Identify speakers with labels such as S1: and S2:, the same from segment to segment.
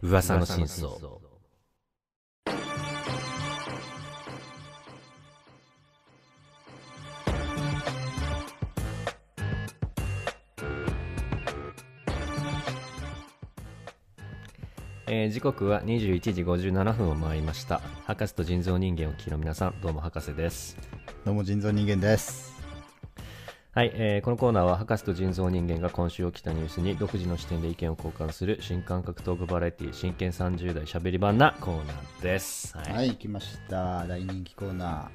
S1: 噂の真相えー時刻は21時57分を回りました博士と人造人間をお聞きの皆さんどうも博士です
S2: どうも人造人間です。
S1: はい、えーこのコーナーは博士と人造人間が今週起きたニュースに独自の視点で意見を交換する新感覚トークバラエティ真剣30代しゃべり版なコーナーです。はい、
S2: はい、来ました。大人気コーナ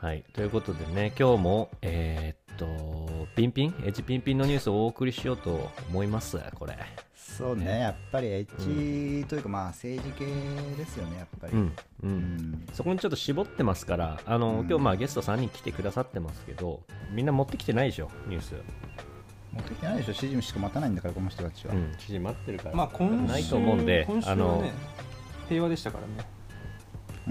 S1: はいということでね今日もえーっとピンピンエッジピンピンのニュースをお送りしようと思いますこれ。
S2: ー。そうね、やっぱりエッジというか、まあ政治系ですよね、やっぱり。
S1: うんう
S2: うんん。
S1: そこにちょっと絞ってますからあの、
S2: うん
S1: 今日まあゲスト3人来てくださってますけどみんな持ってきてないでしょニュース、
S2: 持ってきてないでしょ、指示しか待たないんだから、この人たちは。
S1: うん、記事待ってるから、
S3: まあ今週
S1: ないと思うんで
S3: 今週は
S1: あの
S3: ね、平和でしたからね。
S2: うん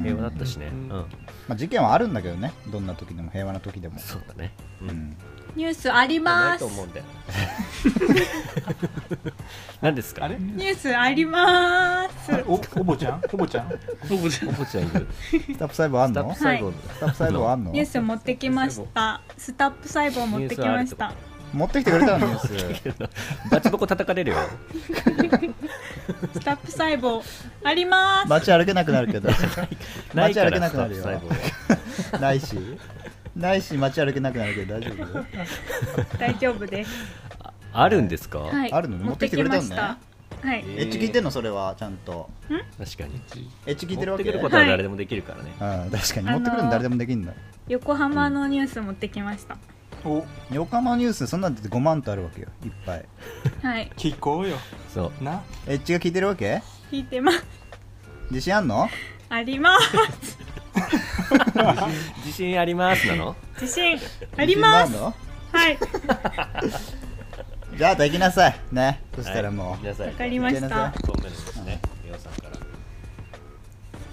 S1: 平和だったしね、う
S3: うんん
S2: まあ事件はあるんだけどね、どんな時でも、平和な時でも。
S1: そうだね、う
S2: うんん。
S4: ニュースあり
S1: な
S4: ま
S1: い
S4: す
S1: と。思うんだよ。 何ですか
S3: あれ？
S4: ニュースありま
S3: あれ
S4: す。
S3: おおぼちゃん？おぼちゃん？
S1: ポポちゃん。ポちゃんいる。
S2: スタッフ細胞あん
S1: スタッ
S2: の
S1: フ
S2: ス
S1: 細胞の。
S2: タッフ細胞あんの
S4: ニュース持ってきました。スタップ細胞持ってきました。
S2: 持ってきてくれたのニュース。
S1: バチボコ叩か れるよ。
S4: スタップ細胞あ りま
S2: 街歩けなくなるけど。
S1: ないから
S2: 街歩けなくなるよ
S1: スタッフ細胞は
S2: ないし。ないし、街歩けなくなるけど、大丈夫
S4: す。大丈夫です。
S1: あるんですか？
S4: はい。
S2: あるの
S4: 持ってきまし。
S2: 持った
S4: はい。
S1: え
S2: エッジ聞いてんの、それは、ちゃんと。
S1: 確かに。
S2: エッジ聞いて
S1: 持っ
S2: るわ
S1: て
S2: け
S1: くることは誰でもできるからね。
S2: うん、確かに持ってくるの誰でもできるんだ、
S4: 横浜のニュース持ってきました。
S3: お
S2: 横浜ニュースそんなんだって5万とあるわけよいっぱい
S4: はい。
S3: 聞こうよ。
S1: そう。
S3: な。
S2: エッジが聞いてるわけ
S4: 聞いてます。
S2: 自信あんの
S4: あります。
S1: 自信ありますなの？
S4: 自信ありま
S2: 自
S4: す。
S2: 信もあ
S4: はい。
S2: んのじゃあできなさいね そしたらもう、
S1: 皆さん。
S4: わかりまし
S2: ごめんな
S4: た
S2: さ。
S1: 一本目のですね。りょうさんから。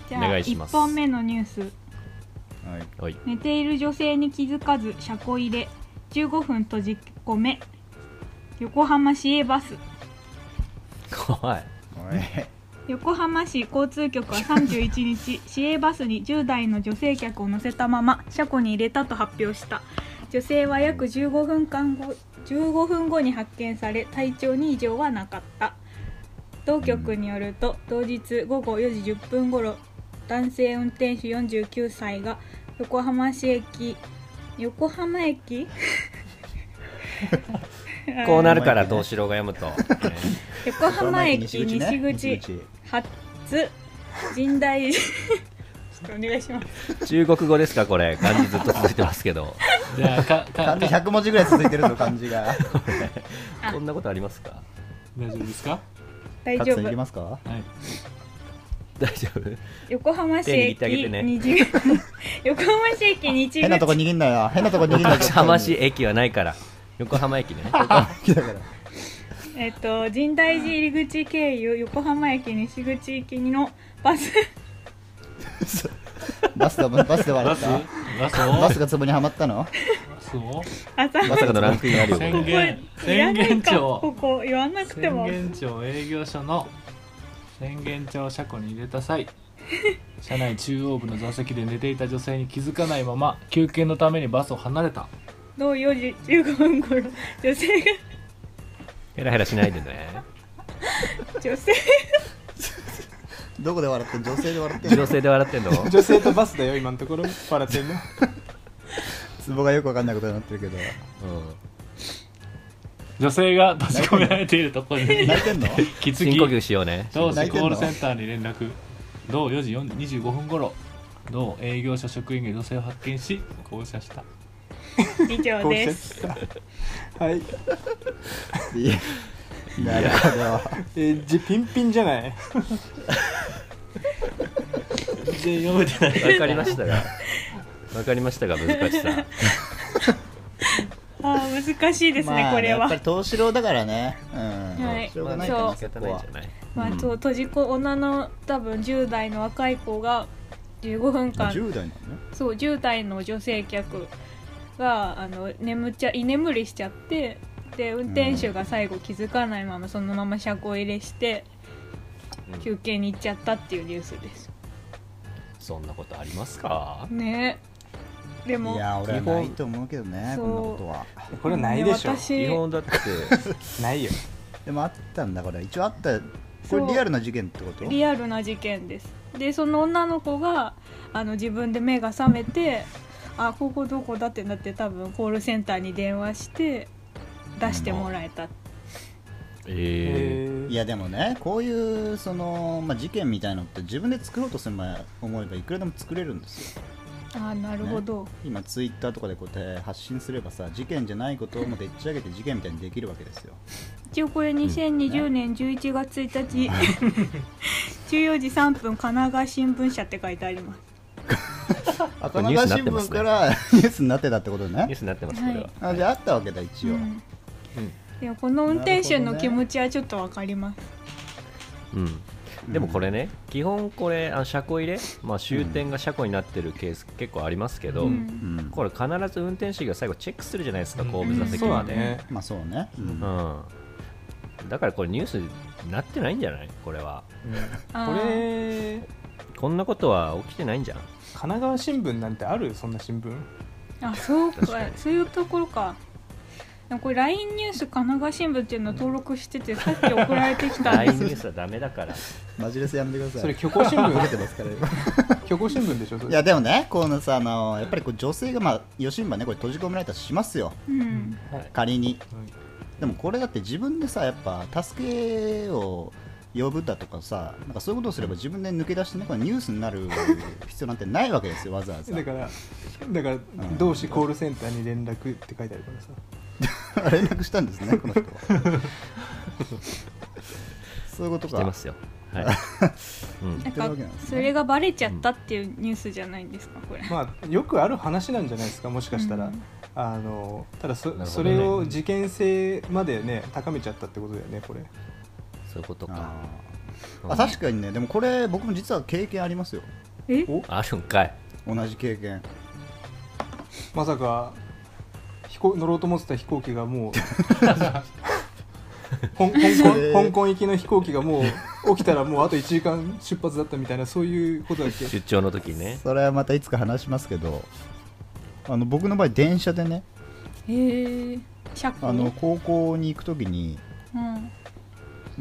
S4: じゃ
S1: お
S4: あ
S1: 願いし
S4: 一
S1: ます
S4: 本目のニュース。
S2: はい
S1: はい。
S4: 寝ている女性に気づかず車庫入れ15分閉じ込め横浜市営バス
S1: 怖い。
S2: おい
S4: 横浜市交通局は31日 市営バスに10代の女性客を乗せたまま車庫に入れたと発表した女性は約15分間後15分後に発見され体調に異常はなかった当局によると同日午後4時10分頃男性運転手49歳が横浜市駅横浜駅
S1: こうなるからどうしろが読む と。ね
S4: 横浜駅西口
S2: ね西口
S4: 初 神代 ちょっとお願いします
S1: 中国語ですかこれ？漢字ずっと続いてますけど。
S5: じゃあかか
S2: 漢字
S5: か
S2: 100文字ぐらい続いてるぞ漢字が
S4: あ
S1: こんなことありますか？
S5: 大丈夫ですか
S4: 大
S2: カ
S4: 丈
S2: ツさんいき
S4: 夫
S2: ますか
S5: はい
S1: 大丈夫？
S4: 横浜市
S1: 手握ってあ
S4: 駅
S1: げてね
S4: 二時 横浜市駅二時
S2: 変なとこ
S4: 口
S2: 握んなよ変なとこ握んなよ
S1: 横浜市駅はないから。横浜駅ね。
S2: 駅 だから
S4: えっと神代寺入り口経由横浜駅西口行きのバス
S2: バスでバスで笑
S5: バ
S2: っ
S5: ス
S2: た
S5: バスを
S2: バスが壺にはまったの
S5: バスを
S4: 朝
S1: まさかのランクインあるよ
S5: 宣
S1: ね。
S5: 言
S4: いら
S5: 宣
S4: ない
S5: 言
S4: かこ
S5: 庁
S4: こ言わなくて
S5: 宣
S4: も
S5: 言庁営業所の宣言庁車庫に入れた 際車内中央部の座席で寝ていた女性に気づかないまま休憩のためにバスを離れた
S4: 同4時15分頃女性が
S1: ヘラヘラしないで ね。
S4: 女性
S2: どこで笑ってん女性で笑ってん
S1: 女性で笑ってんの？
S3: 女性とバスだよ今のところ。笑ってんの。
S2: ツボがよくわかんないことになって るけど
S1: うん。
S5: 女性が閉じ込められているところに
S2: 泣いてんの
S5: 気づ
S1: 深呼吸
S5: き
S1: しようね。
S5: 同
S2: 泣
S5: 市
S2: いてん
S5: コ
S2: の
S5: ールセンターに連絡同4時4 25分頃同営業所職員が女性を発見し降車した
S4: 以上
S3: 交
S4: で
S3: 渉
S4: す
S3: はい。
S2: いやなるほど
S3: えー、じピンピンじゃない。
S5: 全然読めてない
S1: わかりました が。わかりましたが難しさ。
S4: あー難しいですね、
S2: まあ
S4: これ
S2: や
S4: は
S2: っぱり投資郎だからね。うん。
S4: はい
S2: しょうがない
S4: ま
S2: か
S4: あ
S2: な、
S1: 仕
S2: そ
S1: 方
S2: こ
S1: ないん
S2: は
S1: じゃ。ない。
S4: まあ、そう閉じこ女の多分10代の若い子が15分間
S2: 10代なのね。
S4: そう10代の女性客があの眠っちゃ居眠りしちゃってで運転手が最後気づかないままそのまま車庫入れして、
S1: うん
S4: 休憩に行っちゃったっていうニュースです
S1: そんなことありますか
S4: ねでも
S2: いや俺は
S3: 基本
S2: ないと思うけどね
S4: そ
S2: こ
S4: うん
S2: なことは
S3: これないでしょ
S4: ね私
S1: 基本だって
S3: ないよ
S2: でもあったんだから一応あったこ
S4: そう
S2: れリアルな事件ってこと
S4: リアルな事件ですでその女の子があの自分で目が覚めてあここどこだってなって多分コールセンターに電話して出してもらえた
S1: え
S2: いやでもねこういうその、まあ、事件みたいのって自分で作ろうとすれば思えばいくらでも作れるんですよ
S4: あなるほど、
S2: 今ツイッターとかでこうやって発信すればさ事件じゃないことをもうでっち上げて事件みたいにできるわけですよ
S4: 一応これ2020年11月1日、14時3分神奈川新聞社って書いてあります
S2: あ
S1: これ
S2: 神奈川新聞からニ ュースになってたってこと
S1: ー、ニュー
S2: ね
S1: スになってますこれは、
S2: あじゃああったわけだ一応、
S4: うんいやこの運転手の気持ちはちょっとわかります、
S1: うんでもこれね、基本これあの車庫入れ、まあ、終点が車庫になってるケース結構ありますけど、
S4: う
S2: うんん
S1: これ必ず運転手が最後チェックするじゃないですか、後部座席
S3: そうだ
S1: まで、
S3: ね
S2: まあそうね、うん
S1: うん、だからこれニュースになってないんじゃないこれは
S4: あ
S3: こ
S4: ー
S3: れ
S1: こんなことは起きてないんじゃ ん
S3: 神奈川新聞なんてあるそんな新聞
S4: あそうか
S1: 確かに
S4: そういうところかでもこれ LINE ニュース神奈川新聞っていうの登録しててさっき送られてきたん
S1: LINE
S4: です
S1: ニュースはダメだから
S2: マジレスやめてください
S3: それ虚 構新
S2: ボケて
S3: 聞
S2: ますから
S3: 虚構新聞でしょそ
S2: い
S3: れ
S2: やでもねこのさあのやっぱりこう女性がまあ余震波ねこれ閉じ込められたとしますよ
S4: うん
S3: はい
S2: 仮にでもこれだって自分でさやっぱ助けを呼ぶだとかさなんかそういうことをすれば自分で抜け出してねこれニュースになる必要なんてないわけですよわざわざ
S3: だからだから
S2: ん
S3: 同志コールセンターに連絡って書いてあるからさ
S2: 連絡したんですねこの人はそういうこと
S1: 来てま
S2: か
S1: すよはい、うん
S4: なん
S2: ってる
S4: か
S2: わけなんですね
S4: それがバレちゃったっていうニュースじゃないんですかこれ、
S3: まあよくある話なんじゃないですかもしかしたら、
S4: うん
S3: あのただそ,、
S1: なるほ
S3: そ
S1: どね
S3: れを事件性までね高めちゃったってことだよねこれ
S1: そういうことか
S2: あ
S1: う
S2: ー
S1: ん
S2: あ確かにねでもこれ僕も実は経験ありますよ
S4: え
S3: お
S1: あるんかい
S2: 同じ経験
S3: まさか飛行乗ろうと思ってた飛行機がもう香香
S2: え
S3: 港
S2: ー
S3: 香港行きの飛行機がもう起きたらもうあと1時間出発だったみたいなそういうことだっけ
S1: 出張の時ね
S2: それはまたいつか話しますけどあの僕の場合電車でね
S4: えー、車庫
S2: あの高校に行く時に、
S4: うん
S2: ま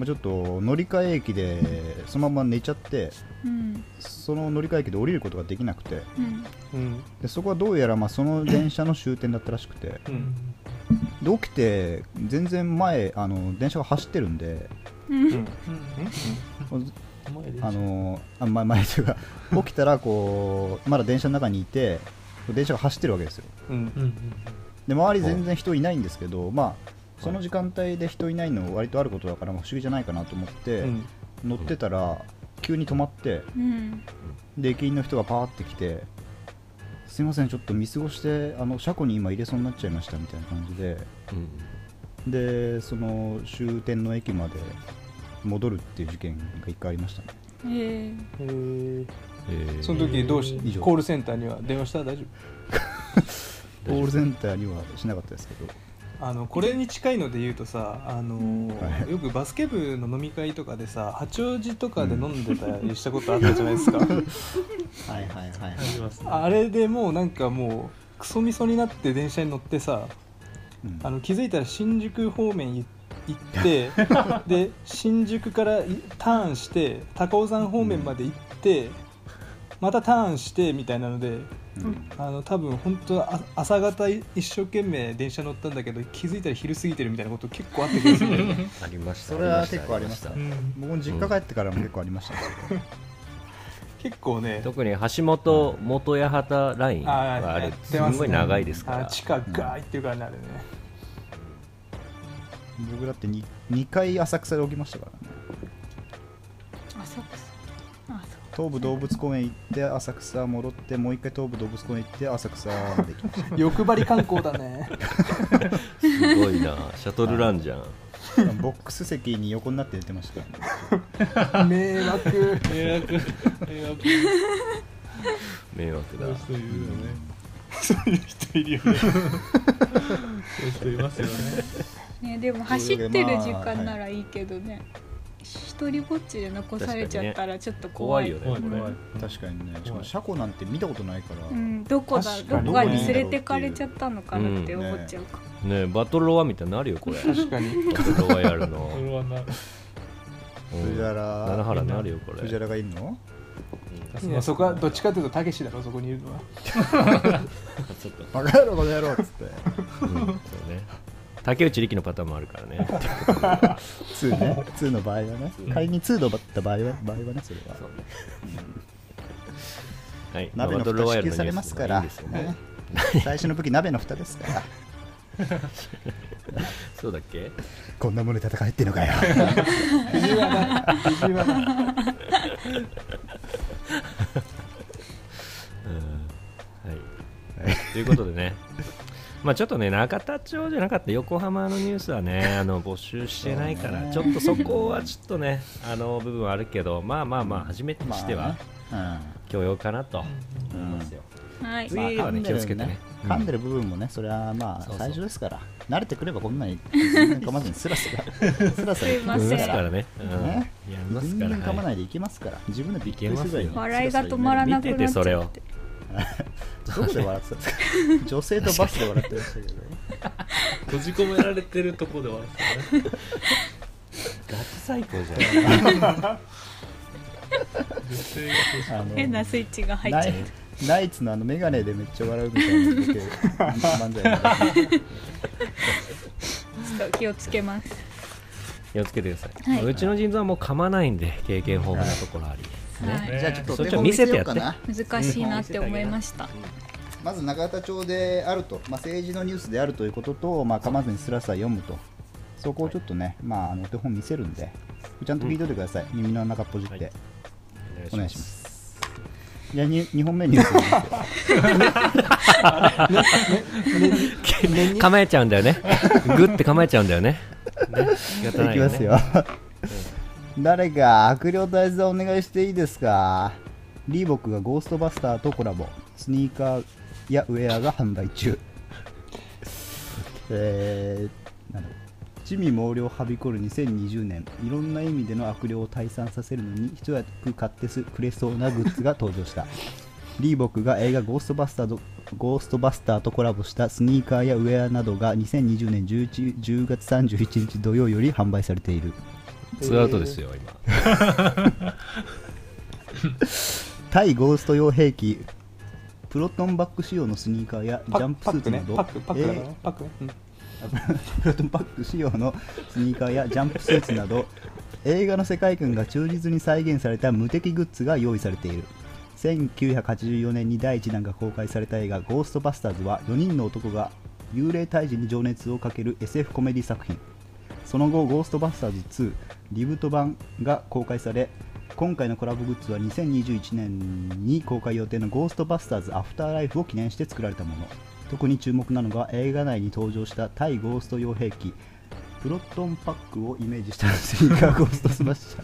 S2: あ、ちょっと乗り換え駅でそのまま寝ちゃって
S4: うん
S2: その乗り換え駅で降りることができなくて
S4: うん
S3: うん
S2: でそこはどうやらまあその電車の終点だったらしくて
S3: うん
S2: で起きて全然前あの電車が走ってるんで
S4: う
S3: う
S4: ん
S3: ん
S2: あのあ前前というか起きたらこうまだ電車の中にいて電車が走ってるわけですよ
S3: うん
S5: うん
S2: で周り全然人いないんですけど、まあ、その時間帯で人いないの割とあることだからまあ不思議じゃないかなと思って、
S3: うん
S2: 乗ってたら急に止まって
S4: うん
S2: で駅員の人がパーって来て「すいませんちょっと見過ごしてあの車庫に今入れそうになっちゃいました」みたいな感じで
S1: うん
S2: でその終点の駅まで戻るっていう事件が一回ありましたね
S4: えー
S3: えー
S1: えー
S3: その時どうし
S2: 以上
S3: コールセンターには電話したら大丈夫
S2: ゴールセンターにはしなかったですけど
S3: あのこれに近いので言うとさあのー
S2: はい
S3: よくバスケ部の飲み会とかでさ八王子とかで飲んでたりしたことあったじゃないですか
S2: はいはいはい
S5: ありますね
S3: あれでもうなんかもうクソみそになって電車に乗ってさ
S2: うん
S3: あの気づいたら新宿方面い行って で新宿からいターンして高尾山方面まで行って、またターンしてみたいなので
S2: うん
S3: あの多分本当はあ朝方い一生懸命電車乗ったんだけど気づいたら昼過ぎてるみたいなこと結構あった気がするんだよね
S1: ありました
S2: それは結構ありました僕も実家帰ってからも結構ありましたね、
S3: 結構ね
S1: 特に橋本元八幡ラインはあ
S3: や
S1: れ
S3: って
S1: す
S3: ます
S1: ごい長いですか
S3: あ
S1: ら
S3: 地下ガーいっていう感じになるね、
S2: 僕だって 2, 2回浅草で起きましたからね
S4: あそうかそうあそう
S2: 東武動物公園行って浅草戻ってもう一回東武動物公園行って浅草まで行きました
S3: 欲張り観光 だね
S1: すごいなシャトルランじゃん
S2: ボックス席に横になって寝てました、
S3: 迷惑
S5: 迷惑迷惑
S1: 迷惑だ
S5: そういう人いるよねそういう人いるよねそういう人いますよね
S4: ねでも走ってる時間ならいいけどね、一人ぼっちで残されちゃったらちょっと怖
S1: 怖
S4: い
S1: いよねこれ
S5: 怖い
S2: 確かにねしかも車庫なんて見たことないから、
S4: うん、どこだ
S3: 確
S4: ど
S3: かに
S4: こかに連れてかれちゃったのかなって思っちゃうか、
S1: ねえバトルロワみたいになるよこれバ
S3: 確かに
S1: トルロワやる の
S5: これはな
S1: うん
S2: 藤
S1: 奈良
S2: 原
S1: 原になるよこれ
S2: 藤原がいるの
S3: いやそこはどっちかというとたけしだろそこにいるの は
S1: ちょっと
S2: バカ野郎この野郎っつ って
S1: うんそうね竹内力のパターンもあるから ね
S2: 2ね2の場合はね仮に2だった場合は場合はねそれは
S1: そうねはいまあ
S2: 鍋の
S1: バトルロワイヤ
S2: 蓋支
S1: ル
S2: 給
S1: の
S2: されますから
S1: ニュースもいいんですよね
S2: ね最初の武器鍋の蓋ですから
S1: そうだっけ
S2: こんなもので戦えっての かよ
S3: 藤原藤原
S1: うんはい、ということでね、まあ、ちょっとね、中田町じゃなかった横浜のニュースはね、あの募集してないから、ち
S2: そ
S1: ょ
S2: う
S1: っ
S2: ね
S1: とそこはちょっとね、あの部分はあるけど、まあまあまあ、初めてにしては
S2: まあ
S1: 許容かなと
S2: ねうん
S1: 思い
S2: うん
S1: ますよ。
S4: はい
S1: 次はね
S2: まあ噛んでる
S1: 気をつけてねうん
S2: 噛んでる部分もねそれはま
S1: そうそ
S2: あ
S1: う
S2: 最初ですから慣れてくればこんなに全然噛まずにスラス ラスラスラいきま
S1: うん
S2: す
S1: いま
S2: か
S1: すかららね。うん
S2: ね
S1: やります
S2: 全
S1: から。
S2: 然噛ま
S1: はい
S2: ないでいけますから自分でびっくりするぐら
S1: いけます
S2: い
S1: よ
S4: 笑いが止まらなくなっち
S1: 見ててそれ
S4: ゃっ
S1: を
S4: て
S2: どこで笑ってたんですか女性とバスで笑ってましたけど
S5: 閉じ込められてるとこではあるからね
S1: ガチ最高じゃん。
S5: 女性が閉じ
S2: あの
S4: 変なスイッチが入っちゃ
S2: ナイナイツのあの眼鏡でめっちゃ笑うみたいなの だけ漫才の
S4: うちょっと気をつけます
S1: 気をつけてください。
S4: はいう
S1: ちの腎臓はもう噛まないんで、経験豊富なところあり。
S4: はい
S5: ね
S2: じゃあちょっと
S1: そ
S2: お
S1: れじゃ
S2: 手
S1: あ
S2: 本
S1: 見
S2: 見
S1: せ
S2: せ
S1: てやっ
S2: よう
S1: て
S2: かな
S4: 難しいなって思いました
S2: まず永田町であると、まあ、政治のニュースであるということと、まあ、噛まずにスラスラ読むとそこをちょっとね、まあ、あのお手本見せるんでちゃんと聞いといてください、耳の中っぽじって、
S1: はい
S2: お願い しま。すじゃあ 2, 本目ニュースいきますよ
S1: 構えちゃうんだよね。グって構えちゃうんだよね。 ね仕方ない
S2: き
S1: よ
S2: ま
S1: ね
S2: すよ、誰か悪霊退治お願いしていいですかリーボックがゴーストバスターとコラボスニーカーやウェアが販売中えー、なんだろう地味猛量はびこる2020年いろんな意味での悪霊を退散させるのに一役買ってすくれそうなグッズが登場したリーボックが映画ゴーストバスターと「ゴーストバスター」とコラボしたスニーカーやウェアなどが2020年 11, 10月31日土曜より販売されている
S1: ツーアウトですよ、今。
S2: 対ゴースト用兵器プロトンバック仕様のスニーカーやジ
S3: パ
S2: ャンプスーツなど
S3: パックねパックパックだから
S2: えー
S3: ねパックねうん
S2: プロトンバック仕様のスニーカーやジャンプスーツなど映画の世界観が忠実に再現された無敵グッズが用意されている1984年に第1弾が公開された映画「ゴーストバスターズ」は4人の男が幽霊退治に情熱をかける SF コメディ作品その後「ゴーストバスターズ2」リブート版が公開され今回のコラボグッズは2021年に公開予定の「ゴーストバスターズアフターライフ」を記念して作られたもの特に注目なのが映画内に登場した対ゴースト用兵器プロトンパックをイメージしたスニーカーゴーストスマッシャー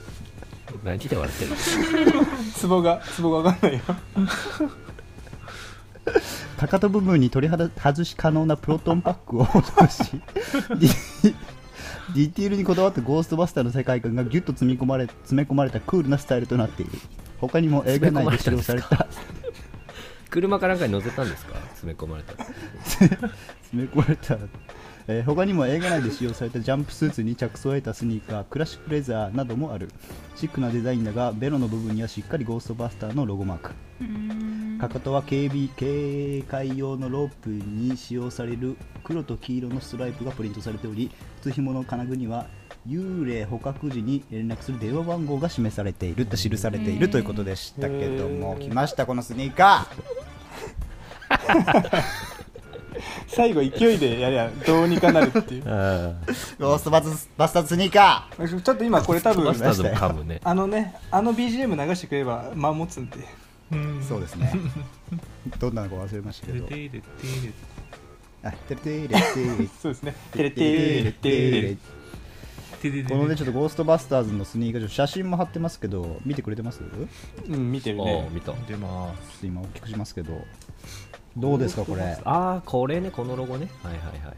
S1: 何で笑ってるの
S3: ツボがツボが分かんないよ
S2: かかと部分に取りはだ外し可能なプロトンパックを落としディディティールにこだわったゴーストバスターの世界観がギュッと詰め込まれ詰め込まれたクールなスタイルとなっている他にも映画内で使用された
S1: 車かなんかに乗せたんですか詰め込まれたら
S2: 詰め込まれた、えー他にも映画内で使用されたジャンプスーツに着想を得たスニーカークラシックレザーなどもあるシックなデザインだがベロの部分にはしっかりゴーストバスターのロゴマーク
S4: うーん
S2: かかとは警備警戒用のロープに使用される黒と黄色のストライプがプリントされており靴ひもの金具には幽霊捕獲時に連絡する電話番号が示されていると記されているということでしたけども来ましたこのスニーカー
S3: 最後勢いでやりゃどうにかなるって いう
S2: ゴーストバスバスターズスニーカー
S3: ちょっと今これ多
S1: バ
S3: 分
S1: スターズも噛むね
S3: あのねあの BGM 流してくれば間持つんで
S5: うん
S2: そうですねどんなのか忘れましたけ
S5: 出
S2: ど
S5: ていれていれ
S2: あてれてれてれ
S3: そうですね テレテ
S2: てれて
S3: レテ
S2: れ
S3: レ
S5: てれれれ
S2: このねちょっとゴーストバスターズのスニーカーちょっと写真も貼ってますけど見てくれてます
S3: うん見てる
S1: お
S3: ね
S1: う見た
S5: 出ま
S2: ちょっと今大きくしますけどどうですかこれ
S1: ああこれねこのロゴねはいはいはい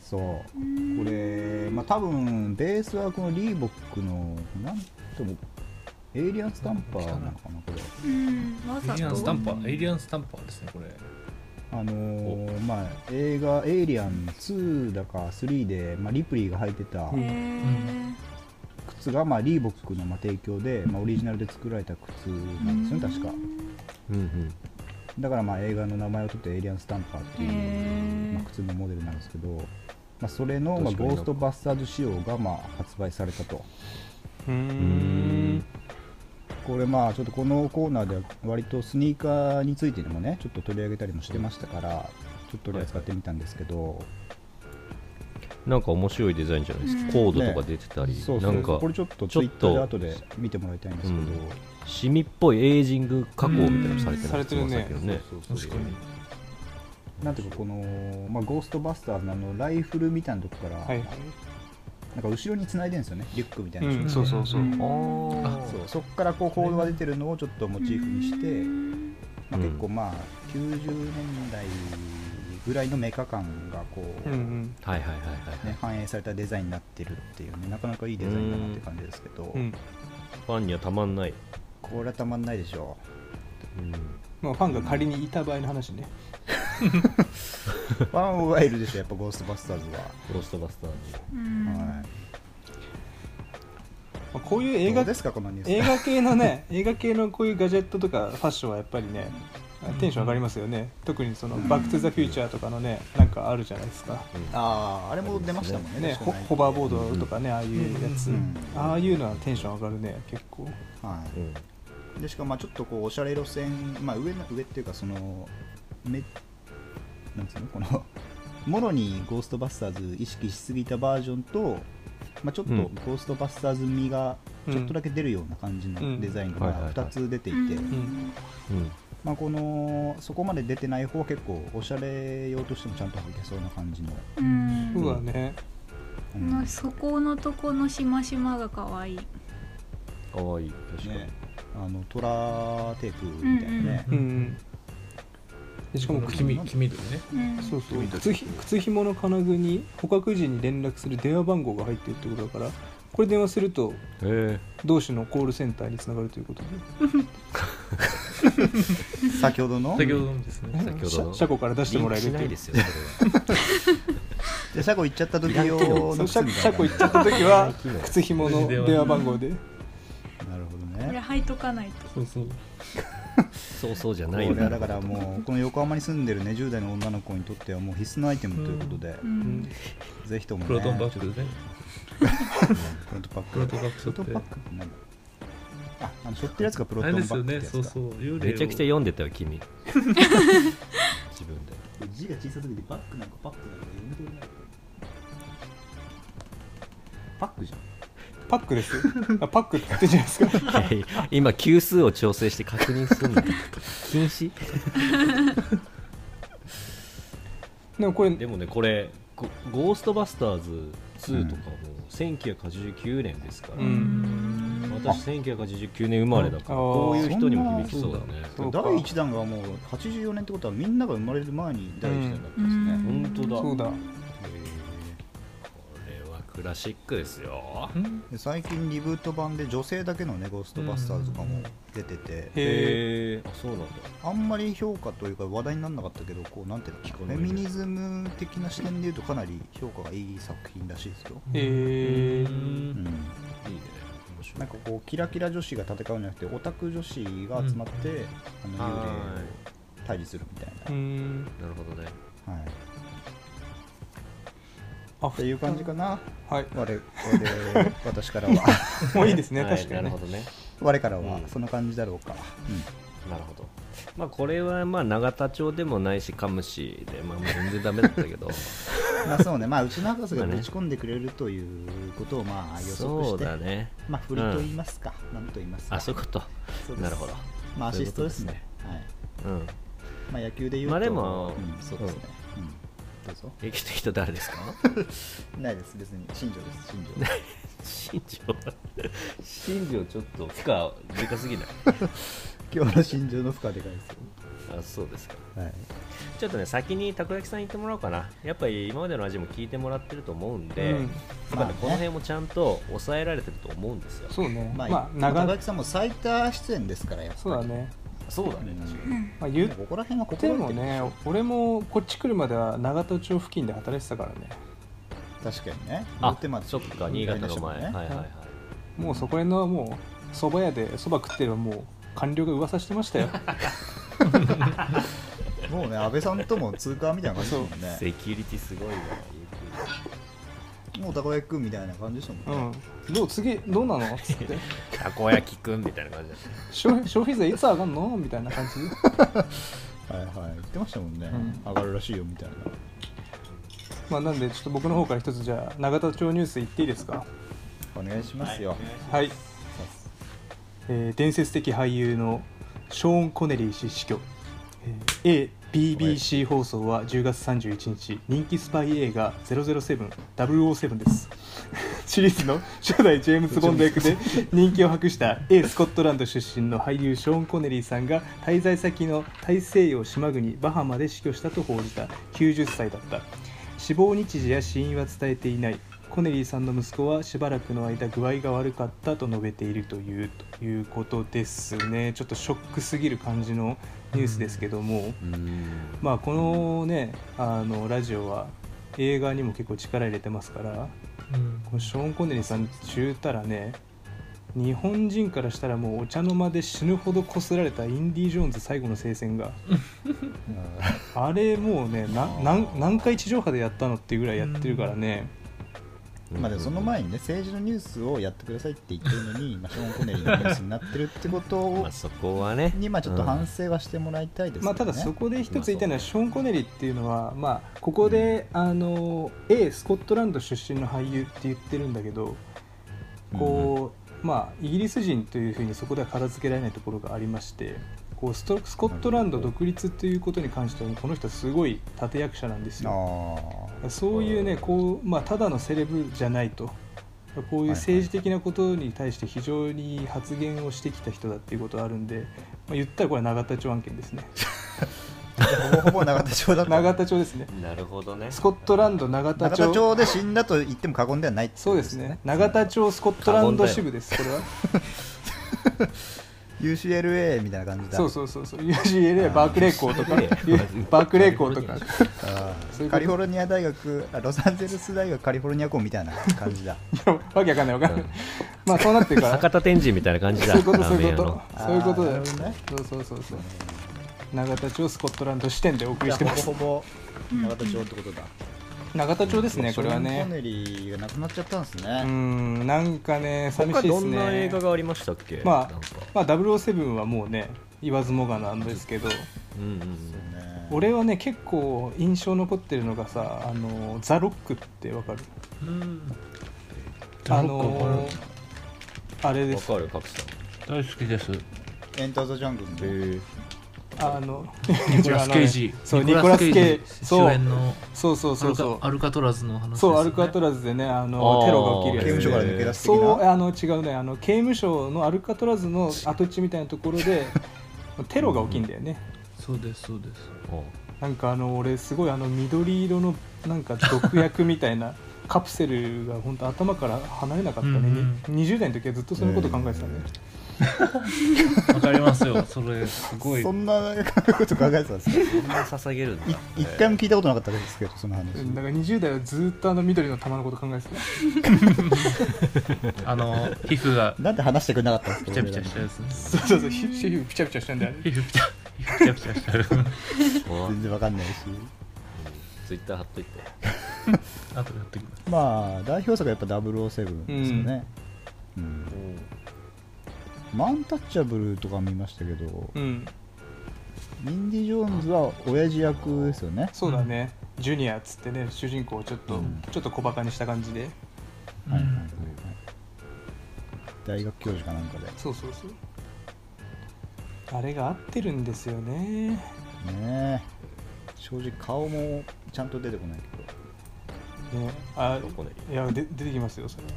S2: そう
S4: う
S2: こ
S4: ん
S2: れまあ多分ベースはこのリーボックのなんともエイリアンスタンパーなのかなこれ
S4: うんわ
S5: エ
S4: ざ
S5: イリアンスタン
S4: と
S5: パーエイリアンスタンパーですねこれ
S2: あのーまあ映画「エイリアン2」だか3で、まあ、リプリーが履いてた
S4: へえ
S2: 靴が、まあ、リーボックの、まあ、提供で、まあ、オリジナルで作られた靴なんですよね確か
S1: うんうん
S2: だからまあ映画の名前を取ってエイリアンスタンパーって
S4: へ
S2: いう、
S4: ー
S2: まあ、靴のモデルなんですけど、まあ、それの、まあ、
S1: 確かに
S2: ゴーストバスターズ仕様が、まあ、発売されたと
S3: うー
S1: うんん
S2: これまあちょっとこのコーナーでは割とスニーカーについてでもねちょっと取り上げたりもしてましたからちょっと取り扱ってみたんですけど、
S1: なんか面白いデザインじゃないですか、
S4: うん
S1: コードとか出てたり、
S2: そうそ
S1: な
S2: うん
S1: か
S2: これちょっと
S1: ち
S2: ツ
S1: ょ
S2: イ
S1: っ
S2: ッターで
S1: と
S2: 後で見てもらいたいんですけ
S1: う
S2: ど、
S1: んシミっぽいエイジング加工みたいなのされて
S3: うんされてるね
S1: ますけどね
S2: そうそうそ
S5: 確
S2: う
S5: かに
S2: なんていうかこの、まあ、ゴーストバスターズのあのライフルみたいなとこから、
S3: はい
S2: なんか後ろに繋いでるんですよねリュックみたいな、
S3: うんそうそうそう
S4: うん
S1: ああ
S2: そうそこからこうコードが出てるのをちょっとモチーフにして、まあ、
S1: うん
S2: 結構まあ90年代ぐらいのメカ感がこう、
S3: うんうん
S1: はいはいはいはいはい、
S2: ね、反映されたデザインになってるっていうねなかなかいいデザインだなって感じですけど、
S3: うん
S1: ファンにはたまんない、
S2: これはたまんないでしょ
S3: まあファンが仮にいた場合の話ね
S2: う ファンはいるでしょやっぱゴーストバスターズは、
S1: ゴーストバスター
S4: うん
S2: はい
S3: まあこういう映
S2: 映画
S3: 画
S2: ですかこのニュース
S3: 映画系のね映画系のこういうガジェットとかファッションはやっぱりねテンション上がりますよね特にその「バック・トゥ・ザ・フューチャー」とかのねなんかあるじゃないですか
S2: あああれも出ましたもんね
S3: ね
S2: 確
S3: ホ
S2: かに
S3: ホバーボードとかねああいうやつ
S2: うん
S3: ああいうのはテンション上がるね結構
S2: は
S1: に、うん、
S2: い、でしかもまあちょっとこうおしゃれ路線、まあ、上の上っていうかそのめなんつうのこのもろにゴーストバスターズ意識しすぎたバージョンと、まあ、ちょっと
S1: うん
S2: ゴーストバスターズ味がちょっとだけ出るような感じ
S3: う
S2: の
S3: ん
S2: デザイン
S1: は
S2: が
S1: いはいは
S2: まあ
S1: い
S2: 2つ出ていて、
S4: うん
S1: うん
S2: まあ、このそこまで出てない方は結構おしゃれ用としてもちゃんと履けそうな感じの、
S4: うん
S3: うわね
S2: うん
S4: この底のとこのしましまが可愛い
S1: かわいい確かに、
S2: ね、あのトラテープみたいなね、
S5: う
S3: うんんうんでしかも
S5: 黄み黄緑ね
S4: うん
S3: そうそう靴ひ靴ひもの金具に捕獲時に連絡する電話番号が入ってるってことだからこれ電話すると
S1: へ
S3: 同種のコールセンターにつながるということで
S2: 先ほどの
S5: 先ほどのですね
S1: 先ほどの
S3: 車車庫から出してもらえる
S1: リンクしない
S3: いう
S1: ですよそれは
S2: で車庫行っちゃった時用
S3: そ
S2: の
S3: う
S2: 靴
S3: 車
S2: みたいな
S3: 車庫行っちゃった時 は
S1: 機能
S3: 靴ひもの電話番号で
S2: なるほど
S4: これ
S2: ね
S4: 履いとかないと
S5: そうそう
S1: そうそうじゃ
S2: こ
S1: ない
S2: れ
S1: よ
S2: はだからもうこの横浜に住んでるね10代の女の子にとってはもう必須のアイテムということで、
S3: う
S4: う
S3: んん
S2: ぜひともね
S5: プロトンバッグでね
S2: プロトンパック
S5: プロトンバッグ
S2: プロトンパックって何ああのしょってるやつがプロ
S5: あ
S2: トン
S5: れ
S2: バ
S5: で
S2: ッグってや
S5: すよね
S2: つか
S5: そうそう幽霊
S1: め
S5: を
S1: ちゃくちゃ読んでたよ君自分で
S2: 字が小さすぎてバックなんかパックなんか読み取れないパックじゃん
S3: パックですよあパックって言ってんじゃないですか
S1: いや今級数を調整して確認するの禁止
S3: でもこれ
S1: でもねこれゴ「ゴーストバスターズ2」とかも1989年ですから、
S3: うん
S1: 私1989年生まれだから
S3: あー
S1: こういう人にも響きそうだね
S3: そうか
S2: 第1弾がもう84年ってことはみんなが生まれる前に第1弾だったんですね、
S4: うん
S1: 本当だ
S3: そうだ
S1: これはクラシックですよ
S5: うん
S2: で最近リブート版で女性だけのね「ゴーストバスターズ」とかも出てて、
S3: へえ
S1: へえあそうなんだ
S2: あんまり評価というか話題にならなかったけどこうなんていうの
S1: 聞か
S2: フ
S1: ない
S2: ェミニズム的な視点でいうとかなり評価がいい作品らしいですよ、
S3: へえ
S1: い
S2: うん、
S1: いね面白
S2: なんかこうキラキラ女子が戦うんじゃなくてオタク女子が集まって、あの幽
S1: は
S2: 霊を退治するみたい
S3: うん
S1: いなるほどね
S2: な、はい、っ
S3: あ
S2: ていう感じかな
S3: はい
S2: 我々私からは
S3: もういいですね
S1: はい
S3: 確かに
S1: なる
S3: ね
S1: ほどね
S2: 我からは
S1: うん
S2: そんな感じだろうか、
S1: なるほどまあこれはまあ永田町でもないしカムシでまあもう全然ダメだったけ ど
S2: うんまあそうねまあうちの博士がぶち込んでくれるということをまあ予測
S1: そ
S2: し
S1: う
S2: て、
S1: だね
S2: まあ振りと言いますか、なんと言いますか
S1: あそういうこと
S2: そうです
S1: なるほど
S2: まあア
S1: そうい
S2: シ
S1: うこ
S2: スト
S1: と
S2: ですね。はい。
S1: うん
S2: まあ野球で言うと、
S1: まあでも
S2: うんそうですね。うんどうぞ。
S1: 生きてきた誰ですか
S2: ないです、別に。新庄です、新
S1: 新
S2: 庄。
S1: 庄新庄ちょっと負荷でかすぎない
S2: 今日の新庄の負荷はでかいですよ。
S1: あそうですか
S2: はい、
S1: ちょっとね先にたこ焼きさん行ってもらおうかなやっぱり今までの味も聞いてもらってると思うんで、
S3: うん
S1: やっぱ
S2: まあ
S1: ね
S2: ね
S1: この辺もちゃんと抑えられてると思うんですよ
S3: そうね
S2: ま
S3: ま
S2: あ、
S3: あ
S2: まあ高
S3: 長
S2: 木さんも最多出演ですからやっぱり
S3: そうだね
S1: そうだ
S2: うん
S3: まあ言っ
S2: ここら辺はここ
S3: でもね俺もこっち来るまでは長門町付近で働いてたからね
S2: 確かにね
S1: あ
S2: 大手町
S1: そっか新潟の前、
S2: ね
S1: はいはいはい
S3: もうそこら辺のはもうそば屋でそば食ってればもう官僚が噂してましたよ
S2: もうね安倍さんとも通過みたいな感じですもんね
S1: セキュリティすごいわ
S2: もうたこ焼きくんみたいな感じでしたもんね、
S3: うんどう次どうなのつって
S1: たこ焼きくんみたいな感じだ
S3: 消費消費税いつ上がんのみたいな感じで
S2: はいはい言ってましたもんね、
S3: うん
S2: 上がるらしいよみたいな
S3: まあなんでちょっと僕の方から一つじゃあ永田町ニュース言っていいですか
S2: お願いしますよ、
S3: はい、えー伝説的俳優のショーン・コネリー氏死去、えー ABBC 放送は10月31日人気スパイ映画007-007です シリーズの初代ジェームズ・ボンド役で人気を博した A スコットランド出身の俳優ショーン・コネリーさんが滞在先の大西洋島国バハマで死去したと報じた90歳だった死亡日時や死因は伝えていないコネリーさんの息子はしばらくの間具合が悪かったと述べているというということですねちょっとショックすぎる感じのニュースですけども、
S1: うん
S3: まあこのねあのラジオは映画にも結構力入れてますからこのショーン・コネリーさん中たらね日本人からしたらもうお茶の間で死ぬほどこすられたインディ・ジョーンズ最後の聖戦があれもうねな何何回地上波でやったのっていうぐらいやってるからね、
S2: うんまあでもその前にね政治のニュースをやってくださいって言ってるの に、まあ、ショーン・コネリーのニュースになってるってこと
S1: ま
S2: を
S1: あそこはね
S2: にまあちょっと反省はしてもらいたいですよね、
S3: まあ、ただそこで一つ言いたいのはショーン・コネリーっていうのは、まあ、ここで、あの A スコットランド出身の俳優って言ってるんだけどこう、まあ、イギリス人というふうにそこでは片付けられないところがありましてこうストスコットランド独立ということに関してはこの人はすごい立役者なんですよ。
S2: あ
S3: そういうねこう、まあ、ただのセレブじゃないとこういう政治的なことに対して非常に発言をしてきた人だっていうことはあるんで、まあ、言ったらこれは永田町案件ですね
S2: あほぼほぼ永田町だった
S3: 永田町ですね
S1: なるほどね
S3: スコットランド永田
S2: 永
S3: 町
S2: 田町で死んだと言っても過言ではないってこ
S3: そ
S2: と
S3: うですね永田町スコットランド支部ですこれは
S2: UCLA みたいな感じだ
S3: そうそうそうそう UCLA バークレー校とか
S1: UCLA
S3: バークレー校とか
S2: あー
S3: そういうこと
S2: カリフォルニア大学あロサンゼルス大学カリフォルニア校みたいな感じ だ
S3: いやわけわかんないわかんない、
S1: うん
S3: まあそうなってるから
S1: 坂田天神みたいな感じだ
S3: そういうことそういうこ
S1: ラーメン屋の
S2: ラーメン屋の
S3: とそういうことだ
S2: あーな
S3: よ
S2: るほどね
S3: そうそうそうそう永田町スコットランド支店でお送りして
S2: じゃあ
S3: ます
S2: ほぼほぼ
S4: うん
S2: 永田町ってことだ、
S3: 永田町ですねこれは
S2: ショーン
S3: ね
S2: コネリーが亡くなっちゃったんです
S3: う
S2: ね、
S3: んなんかね寂し
S1: 他
S3: いで
S1: ど
S3: す
S1: んな映
S3: ね
S1: 画がありましたっけ
S3: まあ
S1: なんか
S3: まあ007はもうね言わずもがなんですけど
S1: うんうん
S2: そうね
S3: 俺はね結構印象残ってるのがさあのザ・ロックってわかるあのあれ
S1: うん
S3: で
S1: わ
S3: す
S1: かる格差
S5: 大好きです
S2: エンター・ザ・ジャングルの、
S1: え
S3: あの
S5: ニコラス・ケイ
S3: 違う
S5: ジ
S3: あのねそうニコラス・ケイそ
S5: 主
S3: う
S5: 演の
S3: そうそうそうそ
S5: アルカアルカトラズの話で
S3: う
S5: す
S3: そ
S5: よ
S3: う
S5: ね
S3: アルカトラズでねあの
S1: あー
S3: テロが起
S2: 刑
S3: きるや
S2: 務所
S3: つ
S2: から抜け出す的な
S3: そうあの違うねあの刑務所のアルカトラズの跡地みたいなところ でテロが起きんだよね、
S5: そうですそうです
S3: なんかあの俺すごいあの緑色のなんか毒薬みたいな カプセルが本当頭から離れなかったね、
S5: うんうん
S3: に20代の時はずっとそのこと考えてたね、
S5: わかりますよそれすごい
S2: そんなこと考えてたんですね
S1: そんな捧げるんだ
S2: 一回も聞いたことなかったですけどその話、
S3: うんだから20代はずっとあの緑の玉のこと考えてた
S5: あの皮膚が
S2: なんで話してくれなかったんですか
S5: ピチャピチャしたやつね
S3: そうそうそう皮膚ピチャピチャしてんだよね
S5: 皮膚ピチャ皮膚ピチャピチャした
S1: 怖い
S2: 全然わかんないし
S1: ツイッター貼っといて
S5: あとやってきます
S2: まあ代表作はやっぱ007ですよね、うんマンタッチャブルとか見ましたけど、
S3: うん
S2: インディ・ジョーンズは親父役ですよね
S3: そうだね、ジュニアっつってね主人公をちょっと、
S2: うん
S3: ちょっと小バカにした感じで
S2: はいはいはいはい大学教授かなんかで
S3: そうそうそうあれが合ってるんですよね
S2: ねえ正直顔もちゃんと出てこないけど
S3: ねあ
S1: どこで
S3: いやで出てきますよそれは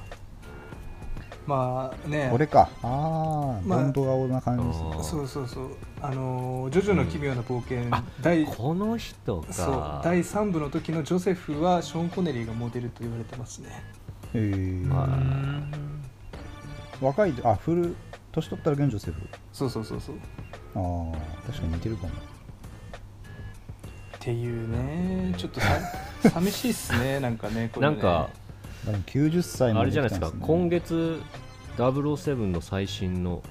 S3: まあね
S2: これかああ
S3: まあ
S2: 文法が多な感じですね
S1: あー
S3: そうそうそうあのージョジョの奇妙な冒険、
S1: んあ
S3: 第
S1: この人か
S3: そう第3部の時のジョセフはショーン・コネリーがモデルと言われてますね
S2: へー
S1: まあ
S2: 若いあフル年取ったら現ジョセフ
S3: そうそうそうそうっ
S2: ああ確かに似てるかも
S3: ていうねちょっとさ寂しいっすねなんかねこれ
S1: な
S3: ね
S1: んか
S2: でも90歳ま
S1: あ
S2: で
S1: れ
S2: 来
S1: じ
S2: た
S1: ゃ
S2: ん
S1: ない
S2: で、
S1: ですす
S2: ね、
S1: か今月007の最新の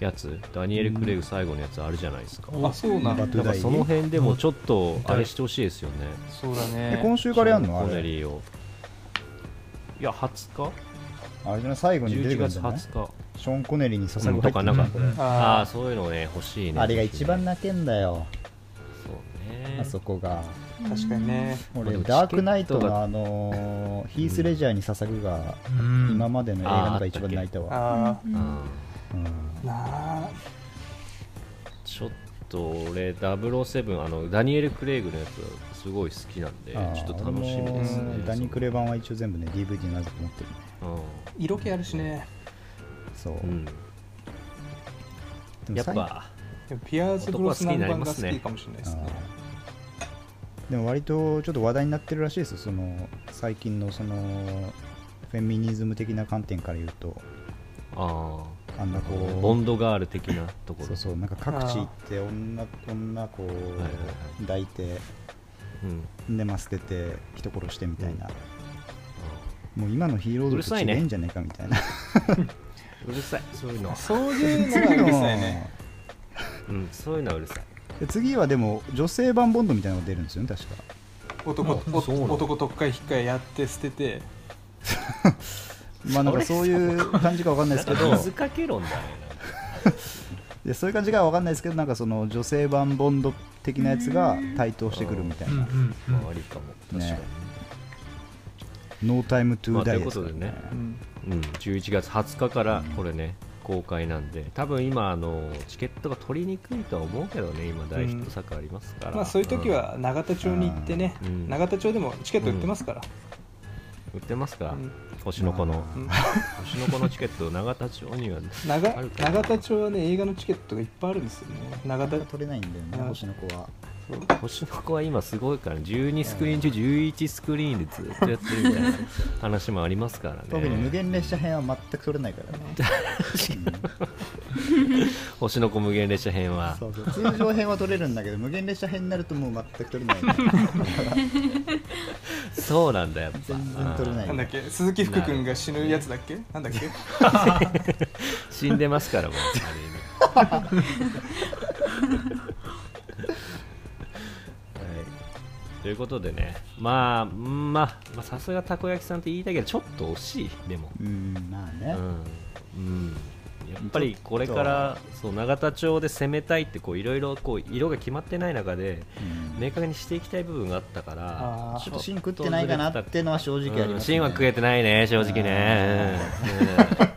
S1: やつダニエル・クレイグ最後のやつあるじゃないですか、
S3: あそうなんだ
S2: バト
S1: なんかその辺でもちょっと
S5: うん
S1: あれしてほしいですよね、
S3: そうだ
S2: え
S3: ね
S2: 今週からやるの
S1: ショーン
S2: あ
S1: コネ
S2: れ
S1: リーをいや20日
S2: あれじゃない最後に出て
S1: 11
S2: くるん
S1: 月
S2: じゃない
S1: 20日
S2: ショーン・コネリーに捧ぐ
S1: とかなんか
S2: これ
S1: ああー
S3: あー
S1: そういうのね欲しいね
S2: あれが一番泣けんだよ
S1: そうね
S2: あそこが
S3: 確かにね
S1: まあ
S2: 俺
S1: でも
S2: ダークナイト
S1: チケット
S2: の
S1: が
S2: あのーヒース・レジャーに捧ぐが
S5: うん
S2: 今までの映画の中で一番泣いたわ
S3: あ
S4: うん
S1: うん
S2: うん
S3: あなあ
S1: ちょっと俺007あのダニエル・クレイグのやつすごい好きなんでち
S2: あー
S1: ょっと楽しみです
S2: 俺
S1: ね
S2: もダニクレ版は一応全部ね DVD なぜか持ってるね
S1: う
S3: 色気あるしね
S2: そう、
S1: ん
S2: で
S1: うん
S2: も
S1: やっ
S2: 最後
S1: ぱ
S3: でもピアーズ・ブロスナンバンが好きかもしれないですね
S2: でも割とちょっと話題になってるらしいですよその最近のそのフェミニズム的な観点から言うと
S1: あ
S2: あんなこ
S1: あ
S2: う
S1: ボンドガール的なところ
S2: そうそうなんか各地行って女女こ
S1: いはいう
S2: 抱いて
S1: うん
S2: でまあ捨てて人殺してみたいな、
S1: あ
S2: もう今のヒーロー
S1: うる
S2: 族
S1: さ
S2: と
S1: いね
S2: 違えんじゃないかみたいな
S1: ーうるさいそういうのは、
S3: そう いうのがうるさいね
S1: うん、そういうのはうるさい
S2: で次はでも女性版ボンドみたいなのが出るんですよね確か
S3: 男
S1: あそうなの
S3: 男とっかいひっかいやって捨てて
S2: まあなんかそういう感じかわかんないですけど
S1: 水かけ論だね
S2: でそういう感じかわかんないですけどなんかその女性版ボンド的なやつが台頭してくるみたい
S5: うん
S2: な
S5: うん
S1: なんかまあありかも確かに、
S2: ねノータイムトゥ
S1: まあ
S2: ーダイ
S1: ということでね
S3: うん
S1: うん、11月20日からこれね、公開なんで多分今あのチケットが取りにくいとは思うけどね今大ヒット作ありますから、
S3: まあそういう時は永田町に行ってね、
S1: うん
S3: 永田町でもチケット売ってますから、
S1: 売ってますか、
S3: うん
S1: 星の子の、
S2: まあ
S3: うん
S1: 星の子のチケット永田町には
S3: 長
S1: あるかな
S3: 永田町はね映画のチケットがいっぱいあるんですよね永田
S2: なか取れないんだよね
S3: うん
S2: 星の子は
S3: そう
S1: 星の子は今すごいからね12スクリーン中11スクリーンでずっとやってるみたいな話もありますからね
S2: 特に無限列車編は全く取れないからね、
S1: 星の子無限列車編は
S2: そうそう通常編は取れるんだけど無限列車編になるともう全く取れない ね
S1: そうなんだやっぱ
S2: 全然取れない
S1: うん
S3: なんだっけ鈴木福君が死ぬやつだっけなんだっけ
S1: 死んでますからもうあれに、はい、ということでねまあうんまあまあさすがたこ焼きさんって言いたいけどちょっと惜しいでも
S2: うんまあ
S1: う
S2: ね、
S1: ん、うん、やっぱりこれからそう永田町で攻めたいってこういろいろこう色が決まってない中で
S2: うん
S1: 明確にしていきたい部分があったから
S3: あー
S2: ちょっと芯食ってないかなっていうのは正直あり
S1: うん
S2: ます、ね
S1: 芯は食えてないね正直ねうんそうだろ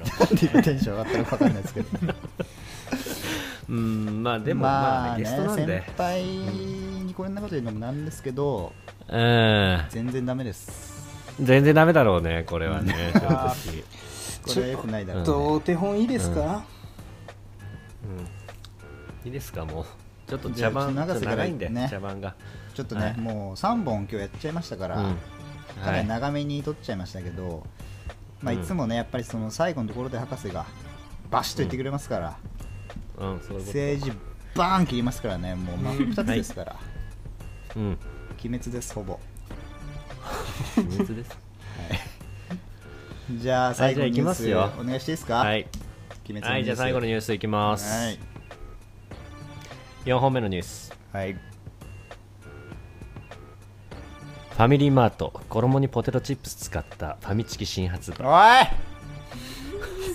S1: う
S2: なんで今テンション上がったのか分かんないですけど
S1: うんまあでもまあねゲストなんで
S2: 先輩にこんなこと言うのもなんですけど
S1: う
S2: 全然ダメです
S1: ん全然ダメだろうねこれはね正直
S3: あ
S2: これはよくないだろう
S1: うん
S2: ね、
S3: とお手本いいですか、
S1: うんいいですかもうちょっと茶番
S2: じ
S1: ちょっ
S2: ゃあちょっと永瀬
S1: と
S2: から
S1: 長いんで
S2: ね
S1: 茶番が
S2: ちょっとね、
S1: はい
S2: もう3本今日やっちゃいましたから、
S1: うん
S2: かな
S1: は
S2: り
S1: い
S2: 長めに撮っちゃいましたけど、まあ、
S1: うん
S2: いつもねやっぱりその最後のところで博士がバシッと言ってくれますから、
S1: うんそういうこと
S2: 政治バーン切りますからねもう真っ二つですから、
S1: うん
S2: 鬼滅ですほぼ、は
S1: 秘密です
S2: い、じゃあ最後
S1: はい
S2: に
S1: じゃあいき
S2: ニュ
S1: ますよ
S2: ースお願いしていいですか、
S1: はい
S2: 鬼滅のニュース
S1: はいじゃあ最後のニュースいきます
S2: はい、
S1: 4本目のニュース
S2: はい、
S1: ファミリーマート衣にポテトチップス使ったファミチキ新発売
S2: おい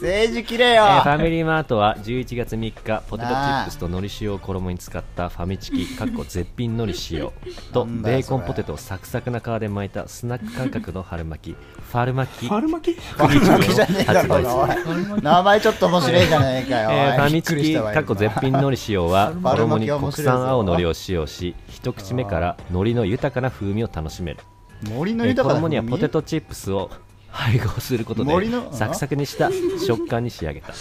S2: 政治切れよ
S1: えーファミリーマートは11月3日ポテトチップスと海苔塩を衣に使ったファミチキかっこ絶品海苔塩と
S2: なんだよ
S1: ベーコン
S2: それ
S1: ポテトをサクサクな皮で巻いたスナック感覚の春巻きファル巻き
S3: ファル巻き
S2: バカじゃねえだろうがおい名前ちょっと面白いじゃねえかよ、
S1: えーフ
S2: おい
S1: ァミチ
S2: びっくりし
S1: キ
S2: たわ
S1: かっこ絶品海苔塩は
S2: ファル
S1: 衣
S2: 巻
S1: に
S2: きは面
S1: 国
S2: 白いぞ
S1: 産青海苔を使用し一口目から海苔の豊かな風味を楽しめる
S2: 今森の
S1: えー
S2: 豊かな
S1: 衣にはポテトチップスを配合すること
S2: 森
S1: で
S2: の
S1: サクサクにした食感に仕上げた、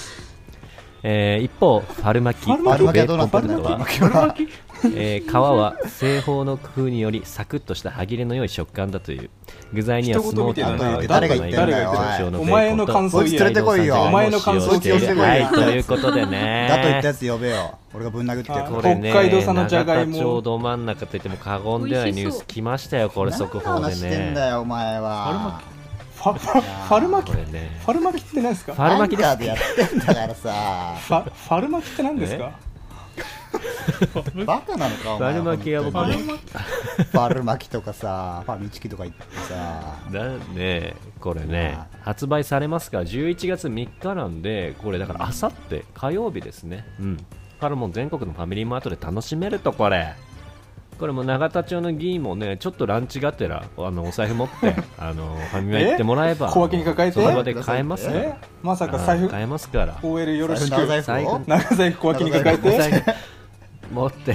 S1: えー一方ファルマキ
S3: ファルマキ
S1: ベー
S2: はどうな
S1: コン
S2: って
S1: ポテ
S2: んだ
S1: トは、
S2: ファルマキ
S1: えー皮は製法の工夫によりサクッとした歯切れの良い食感だという具材にはスモーキーな
S2: 一言見てたな誰が言ってんだよ
S1: 調のベーコ
S3: お
S1: ンと
S3: 前の感想
S2: こいつ
S3: 言
S2: 連れてこいよ
S1: お前の感想を聞いてはい、ということでね。
S2: だと言ったやつ呼べよ俺がぶん殴ってやる
S1: こ
S2: か
S1: れね、
S3: 北海道産のじゃがいも
S1: 長田町ど真ん中と言っても過言ではないニュース来ましたよ、これ
S2: ら
S1: 速
S2: 何
S1: 報
S2: の
S1: で
S2: 話してん
S1: ね。
S2: だよお前は
S3: ファファファルマ
S1: こ
S3: キフ
S1: れね。
S3: ァルマキって何ですか
S1: ファルマキです
S2: アンカーでやってんだからさ
S3: ファファルマキって何ですか
S2: バカなのかお
S1: フ
S2: 前
S1: ァルマキは僕
S2: 本当に
S1: ね
S2: ファルマキとかさファミチキとか言ってさ
S1: だね、これね
S2: あ、
S1: 発売されますから、11月3日なんで、これだからあさって火曜日ですね。うん。からもう全国のファミリーマートで楽しめると、これ。これもう永田町の議員もね、ちょっとランチがてら、あのお財布持 って、あのファミマ行ってもらえば、
S3: え小分けに抱えて
S1: その場で買えますから
S3: え。まさか
S1: あ
S3: 財布
S1: ー買えますから
S3: OL よろしく
S2: 長財布
S1: 最
S2: を
S1: 後
S3: 長財布小脇に抱え
S2: 長
S3: て
S1: 持って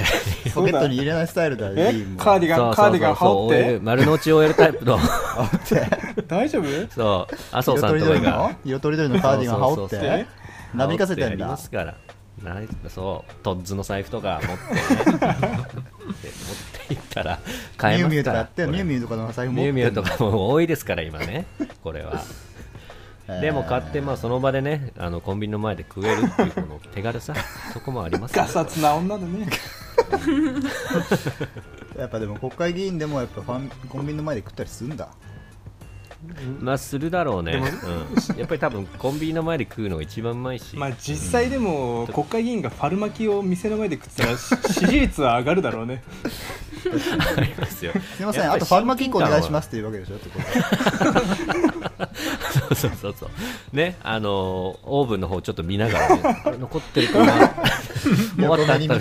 S2: ポケットに入れないスタイルだよ
S3: え
S2: いいもん
S3: カーディガンカーディガン羽織っ
S1: OL 丸の内 OL タイプの
S2: 羽織って
S3: て大丈夫
S1: そう麻生
S2: 色
S1: さ
S2: と
S1: ん
S2: り
S1: と
S2: ど
S1: か
S2: り
S1: が
S2: の色とりどりのカーディガン羽織っ
S1: そうそう
S3: そ
S2: て
S3: う
S1: 羽
S2: な
S1: 織
S2: び
S1: っ
S2: かせて
S1: や
S2: ん
S1: りま
S2: だ
S1: すからないそうトッズの財布とか持ってね持っていったら
S2: ミ
S1: 買え
S2: ュウ
S1: ま
S2: ミュウ
S1: す
S2: と
S1: か
S2: からやって
S1: こ
S2: ミ
S1: れ
S2: ュウミュウとかの財布
S1: ミュ
S2: 持って
S1: ウ
S2: ん
S1: ミ
S2: の
S1: ュウとかも多いですから今ねこれは
S2: えー
S1: でも買ってまあその場でねあのコンビニの前で食えるっていうこの手 軽さそこもありますよ
S3: ガサツな女だね
S2: やっぱでも国会議員でもやっぱファンコンビニの前で食ったりするんだ
S1: まあするだろうね、うん、やっぱり多分コンビニの前で食うのが一番うまいし、
S3: まあ実際でも国会議員がファルマキを店の前で食ってたら し支持率は上がるだろうね
S1: あ りますよ
S2: すいませんあとファルマキックお願いしますすっていうわけでしょってこと
S1: そうそうそうそうねあのーオーブンの方ちょっと見ながら、ね、 あれ残ってるかな 終わったあったみたいな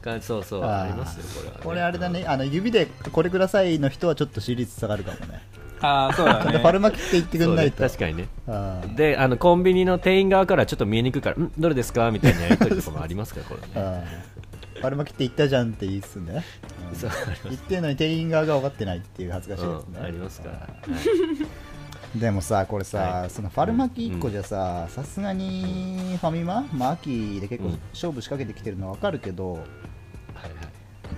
S1: 感じそうそう
S2: あー
S1: ありますよこれは、ね、
S2: これあれだねあの指でこれくださいの人はちょっと支持率下がるかもね
S3: ああそうだ
S2: ちゃん とファル
S3: ね
S2: マキって言ってく
S1: そ
S2: ん
S1: う
S2: な
S1: ね
S2: いと
S1: 確かにね
S2: あー
S1: であのコンビニの店員側からちょっと見えにくいから「んどれですか?」みたいなやり取りとかもありますからこれね
S2: あーファルマキって言ったじゃんって言いつつね、うん
S1: そう
S2: 言ってんのに店員側が分かってないっていう恥ずかしいですね、
S1: うん、ありますから、はい
S2: でもさこれさ、
S1: は
S2: そのファルマキ1個じゃささすがにファミマ、まあ、秋で結構
S1: うん
S2: 勝負仕掛けてきてるの分かるけど、
S1: はいはい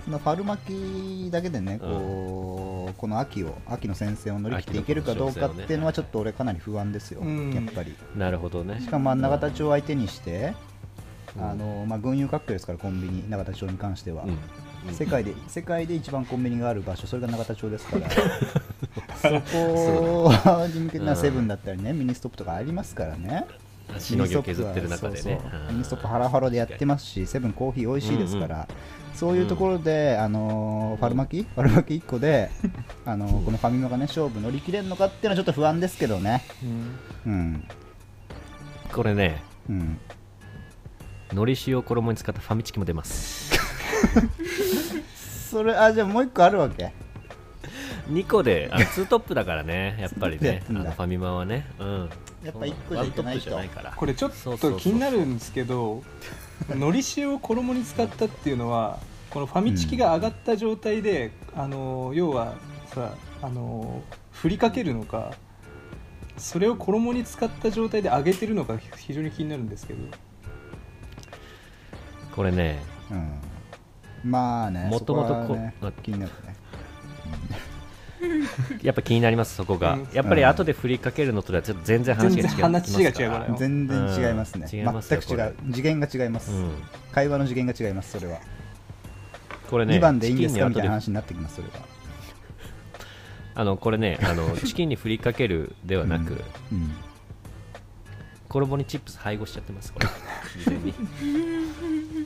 S2: そのファルマキだけでねこう、この秋を秋の戦線を乗り切っていけるかどうかっていうのはちょっと俺かなり不安ですよ、
S3: うん
S2: やっぱり
S1: なるほどね
S2: しかもまあ永田町を相手にして、
S1: うん
S2: あのまあ、群雄割拠ですからコンビニ永田町に関しては、
S1: うん
S2: 世界で世界で一番コンビニがある場所それが永田町ですから そこ に向けてな
S1: うん
S2: セブンだったりねミニストップとかありますからね
S1: しのぎを削ってる中でね
S2: そうそうミニストップハラハラでやってますしセブンコーヒー美味しいですから、そういうところで、あのーファルマキファルマキ1個で、あのーこのファミマがね勝負乗り切れるのかっていうのはちょっと不安ですけどね
S3: うん
S2: うん
S1: これね
S2: うん
S1: のり塩衣に使ったファミチキも出ます
S2: それあじゃあもう1個あるわけ
S1: 2個であの2トップだからねやっぱり
S2: ツ
S1: ね
S2: ートップやっ
S1: あ
S2: てんだ
S1: のファミマはねうん
S2: やっぱ一個じゃいけないと
S1: そうワントップじゃないから
S3: これちょっ
S1: そうそう
S3: と
S1: そう
S3: 気になるんですけどのり塩を衣に使ったっていうのはこのファミチキが上がった状態で、あの要はさあの振りかけるのかそれを衣に使った状態で揚げてるのか非常に気になるんですけど
S1: これね
S2: うんまあね
S1: もともと
S2: そこはね
S1: こあ
S2: 気になるね
S1: やっぱ気になりますそこが、
S3: うん
S1: やっぱり後で振りかけるのとではちょっと全然話が違い
S3: 全然
S1: ますから
S3: 話が違うからよ
S2: 全然違いますね、
S1: うん違います
S2: 全
S1: よ
S2: く違う次元が違います、
S1: うん
S2: 会話の次元が違いますそれは、
S1: これ
S2: 二
S1: ね
S2: 2番でいいんですか
S1: チ
S2: み
S1: キ
S2: た
S1: ン
S2: い
S1: に
S2: な
S1: 後で
S2: 話になってきますそれは
S1: あのこれねあの チキンに振りかけるではなく、
S2: うん
S1: 衣にチップス配合しちゃってます これ事前に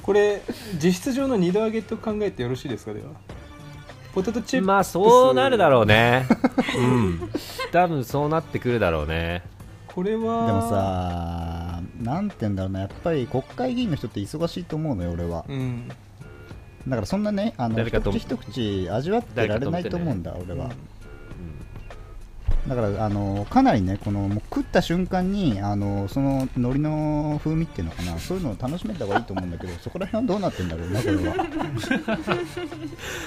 S3: これ実質上の二度揚げと考えてよろしいですかではポテトチップス
S1: まあそうなるだろうねうん多分そうなってくるだろうね
S3: これは
S2: でもさなんて言うんだろうなやっぱり国会議員の人って忙しいと思うのよ俺は
S3: うん
S2: だからそんなねあの
S1: 誰
S2: 一
S1: かと
S2: 口一口味わってられないと思うんだ俺はだからあのかなりねこのもう食った瞬間にあのその海苔の風味っていうのかなそういうのを楽しめた方がいいと思うんだ けどそこら辺はどうなってんだろうなこれは
S3: 博士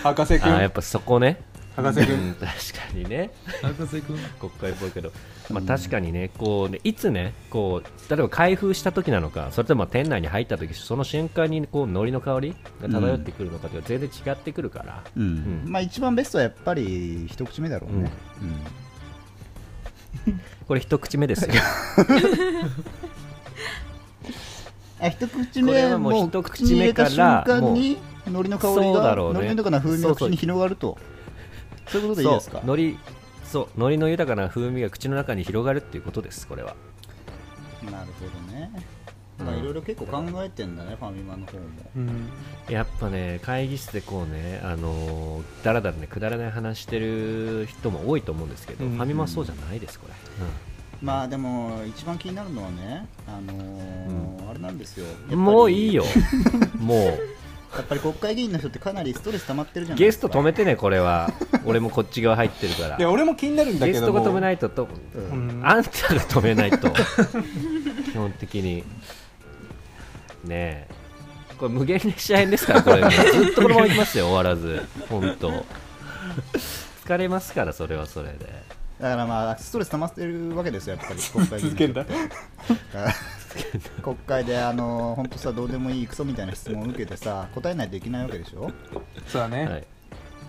S1: あーや
S3: 君
S1: っぱそこね
S3: 博士
S1: う
S3: 君
S1: ん確かにね
S5: 博士くん
S1: 国会っぽいけど、まあ、
S2: うん
S1: 確かにねこうねいつねこう例えば開封した時なのかそれとも店内に入った時その瞬間にこう海苔の香りが漂ってくるのかっていうのは全然違ってくるから、
S2: うん
S1: うん
S2: まあ一番ベストはやっぱり一口目だろうね、うん
S1: これ一口目ですよ
S2: あ一口
S1: これ
S2: 目
S1: はもう
S2: もう
S1: 一
S2: 口
S1: 口
S2: に入
S1: 目
S2: れ
S1: か
S2: た
S1: ら
S2: 瞬間に海苔の香りが
S1: そうだろう
S2: 海
S1: ね
S2: 苔の豊かな風味が口に広がると そういうことでいいです
S1: そ
S2: か
S1: う海苔そう海苔の豊かな風味が口の中に広がるっていうことですこれは
S2: なるほどね
S1: うん
S2: まあいろいろ結構考えてんだねファミマの方も
S3: うん
S1: やっぱね会議室でこうねあのーだらだらねくだらない話してる人も多いと思うんですけど、
S3: うん
S1: ファミマはそうじゃないですこれ、
S2: まあでも一番気になるのはねあのーあれなんですよやっぱり
S1: もういいよもう
S2: やっぱり国会議員の人ってかなりストレス溜まってるじゃない
S1: ゲ
S2: で
S1: ス
S2: す
S1: ト
S2: か
S1: 止めてね、これは。俺もこっち側入ってるから。
S3: いや俺も気になるんだけ
S1: ゲ
S3: ど
S1: ストが止め
S3: い
S1: ないとと、
S3: ん
S1: あんたが止めない と、基本的に。ねえ、これ無限列車編ですから、これ、ずっとこのままいきますよ、終わらず、本当。疲れますから、それはそれで。
S2: だからまあストレス溜まってるわけですよや っぱり国会議員
S3: 続け んだ
S2: あ国会であの本当さどうでもいいクソみたいな質問を受けてさ答えないといけないわけでしょ、
S3: そうだね、
S1: はい、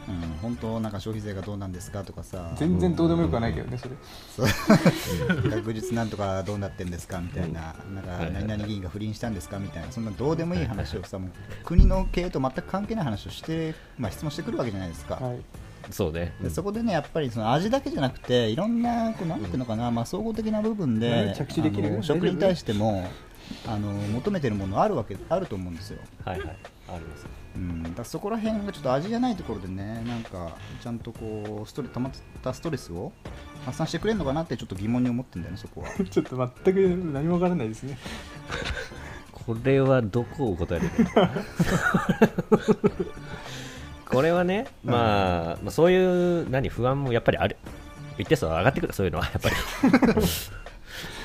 S2: うん、本当なんか消費税がどうなんですかとかさ
S3: 全然どうでもよくはないけどねそれ
S2: そう学術なんとかどうなってんですかみたいななん
S1: はい
S2: か
S1: はいはい
S2: 何々議員が不倫したんですかみたいなそんなどうでもいい話をさもう国の経営と全く関係ない話をして、まあ、質問してくるわけじゃないですか。
S3: はい
S1: そうね。
S2: でそこでねやっぱりその味だけじゃなくていろんなこうなんていうのかな、まあ、総合的な部分
S3: ね
S2: で
S3: 着地できる
S2: あの食に対してもあの求めてるものあるわけあると思うんですよ、
S1: はいはい。あります。
S2: うん、だからそこら辺がちょっと味じゃないところでねなんかちゃんとこうストレ溜まったストレスを発散してくれるのかなってちょっと疑問に思ってんだよねそこは
S3: ちょっと全く何もわからないですね
S1: これはどこを答えるべき かなこれはね、まあ、まあそういう何不安もやっぱりある一定数は上がってくるそういうのはや っぱりうん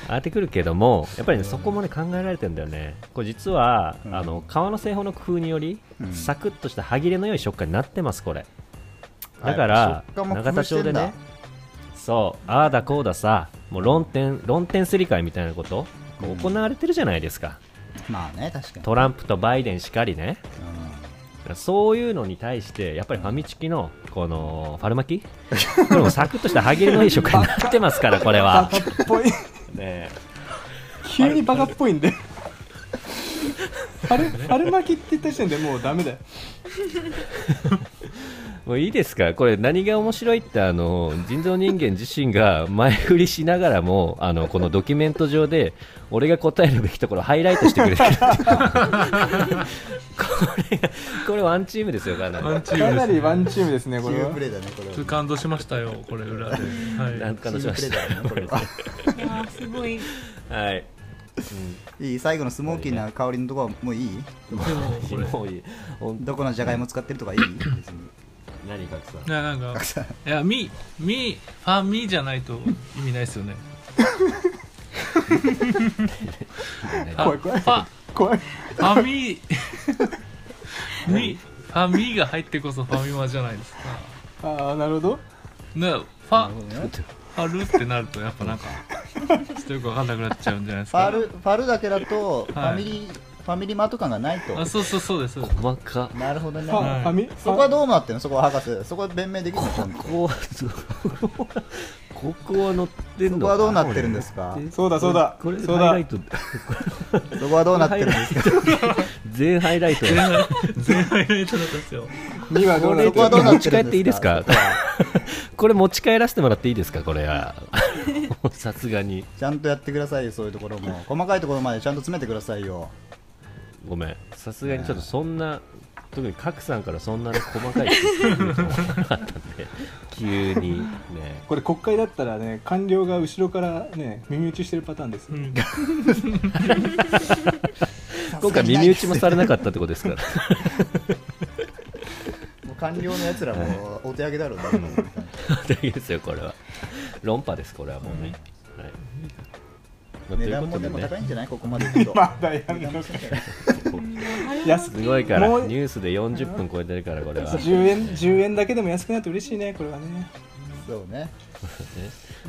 S1: 上がってくるけどもやっぱり、ね、そこもね考えられてんだよねこれ実は、
S2: うん
S1: あの皮の製法の工夫により、
S2: うん
S1: サクッとした歯切れの良い食感になってますこれだから
S2: あ食感も工
S1: 永
S2: 夫
S1: 田
S2: して
S1: 町
S2: んだ
S1: でねそうああだこうださもう論点論点すり替えみたいなことこう行われてるじゃないですか、
S2: まあね確かに、
S1: トランプとバイデンしかりね、
S2: うん
S1: そういうのに対して、やっぱりファミチキのこのファル 巻き、これもサクッとした歯切れのいい食感になってます から、これ
S3: バ
S1: は。
S3: カっぽい
S1: ね
S3: 急にバカっぽいんであれあれ巻きって言った時点でもうダメだよ
S1: えもういいですか、これ、何が面白いって、あの人造人間自身が前振りしながらも、あのこのドキュメント上で、俺が答えるべきところ、ハイライトしてくれてる これが、これ、ワンチームですよ、かなり
S5: ワンチ
S3: かな
S5: ーム
S3: り
S5: です
S3: ワンチームですねこ
S2: 自
S3: れ
S2: 由
S3: は
S2: プレイだねこれは
S5: ちょっと感動しましたよこれ裏で、
S1: な
S5: は
S1: ん
S5: い、
S1: かのしまし
S2: 自由プレイだ
S1: た
S2: よねこれは
S4: いやーすごい
S1: はい、
S2: いい最後のスモーキーな香りのとこはもういい
S5: でもこれ
S1: もういい、ほん
S2: どこのじゃがいも使ってるとかいい別に
S1: 何かさ。
S5: いやなんかいやみみファミじゃないと意味ないですよねあ
S3: 怖い怖い
S5: ファ
S3: 怖い
S5: ファミ みファミが入ってこそファミマじゃないですか
S3: ああなるほど
S5: ねファファルってなるとやっぱなんかちょっとよく分かんなくなっちゃうんじゃないです
S2: フ
S5: か
S2: ァルファルだけだとファミリー、ファミリーマート感がないと
S5: あそうそうそうですそうです
S1: 細か
S2: なるほどね
S3: ファファミ
S2: そこはどうなってんのそこは博士そこは弁明できるのちゃんと
S1: ここはそこはここは乗ってんの
S2: そこはどうなってるんですか
S3: そうだそうだ
S1: これ
S3: そう
S1: ハイラ
S3: だ
S1: イト
S2: そこはどうなってるんですか
S1: 全ハイライト
S5: 全 敗全敗ライトだったんですよ
S3: 2はどうな
S1: れ
S3: っ
S2: そこ
S3: て
S2: はどう
S3: る
S2: なってる
S1: 持
S2: んですか
S1: ち帰っていいですか
S2: そこは
S1: これ持ち帰らせてもらっていいですか これはさすがに
S2: ちゃんとやってくださいよそういうとこ ろも細かいところまでちゃんと詰めてくださいよ
S1: ごめんさすがにちょっとそんな特に角さんからそんなね細かいこと言うと思わな かったんで急にね
S3: これ国会だったらね官僚が後ろからね耳打ちしてるパターンです
S5: うん
S1: 今回耳打ちもされなかったってことですから
S2: もう官僚のやつらもお手上げだろう なもう
S1: 大変ですよこれは論破ですこれはもうね、はいまあ
S2: 値段
S1: とい
S2: も
S1: う
S2: で
S1: こと
S2: も
S1: でね
S2: 高いんじゃないここまでいくと
S3: まだやん
S2: 値段
S3: の
S2: も
S3: か
S2: 高いんじゃない
S1: こう
S3: 安
S1: すごいから
S3: もう
S1: ニュースで40分超えてるからこれ は
S3: 10円10円だけでも安くなって嬉しいねこれはね
S2: そ うね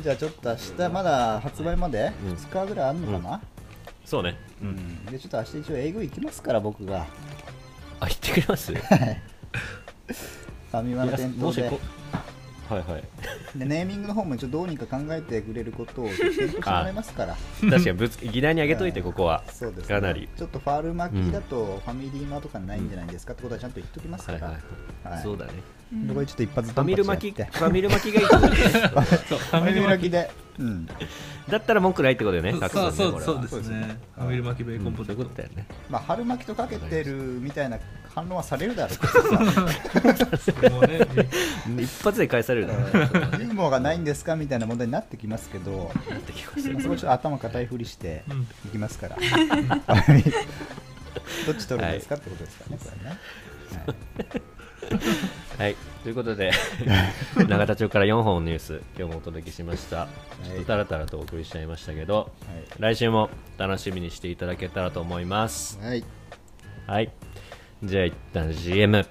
S2: じゃあちょっと明日まだ発売まで
S1: うん
S2: 2日ぐらいあるのかな、
S1: そうね
S2: うんでちょっと明日一応英語行きますから僕が
S1: あ言ってくれますい
S2: ファミマの
S1: や
S2: 店頭
S1: もし
S2: で
S1: こはいはい
S2: でネーミングの方もちょっとどうにか考えてくれることを検討してもらいま すから
S1: 確かにぶつ議題にあげといてここは
S2: そうです、
S1: かなり
S2: ちょっとファール巻きだとファミリーマーとかないんじゃないですかってことはちゃんと言っときます
S1: は
S2: か
S1: い
S2: ら、
S1: はい、
S2: はい
S1: そうだね
S4: うん
S2: そこでちょっと一発
S1: ファ
S2: ドン
S1: ミ
S2: パ
S1: ル
S2: チやっ
S1: 巻き
S2: て
S1: ファミル巻きがいいってことね
S5: そうフ
S2: フ
S5: ァミリー巻
S2: きで、うん、
S1: きだったら文句ないってことだよねたくさん
S5: そ
S1: ね
S5: うそ
S1: こ
S5: う
S1: れ
S5: そう
S1: は
S5: ですねファミリー巻きベーコンポテ
S1: そういうこ
S5: ト
S1: とだよね
S2: まあ春巻きとかけてるみたいな反論はされるだろうけ
S5: もうね
S1: 一発で返されるなな
S2: どさユーモアがないんですかみたいな問題になってきますけど
S1: ってきました
S2: まあそこちょっと頭固いふりして
S5: うん
S2: いきますから、はいどっち取るんですかってことですかねこれね
S1: はい、ということで 永田町から4本のニュース今日もお届けしましたちょっとタラタラとお送りしちゃいましたけど来週も楽しみにしていただけたらと思います
S2: はい、はい
S1: はいじゃあ一旦 CM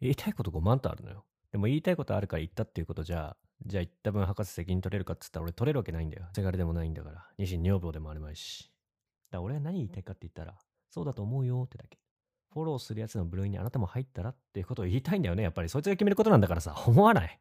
S1: 言いたいこと5万とあるのよでも言いたいことあるから言ったっていうことじゃじゃあ言った分博士責任取れるかっつったら俺取れるわけないんだよせがれでもないんだから二子女房でもあるまいしだから俺は何言いたいかって言ったらそうだと思うよってだけフォローするやつの部類にあなたも入ったらっていうことを言いたいんだよねやっぱりそいつが決めることなんだからさ思わない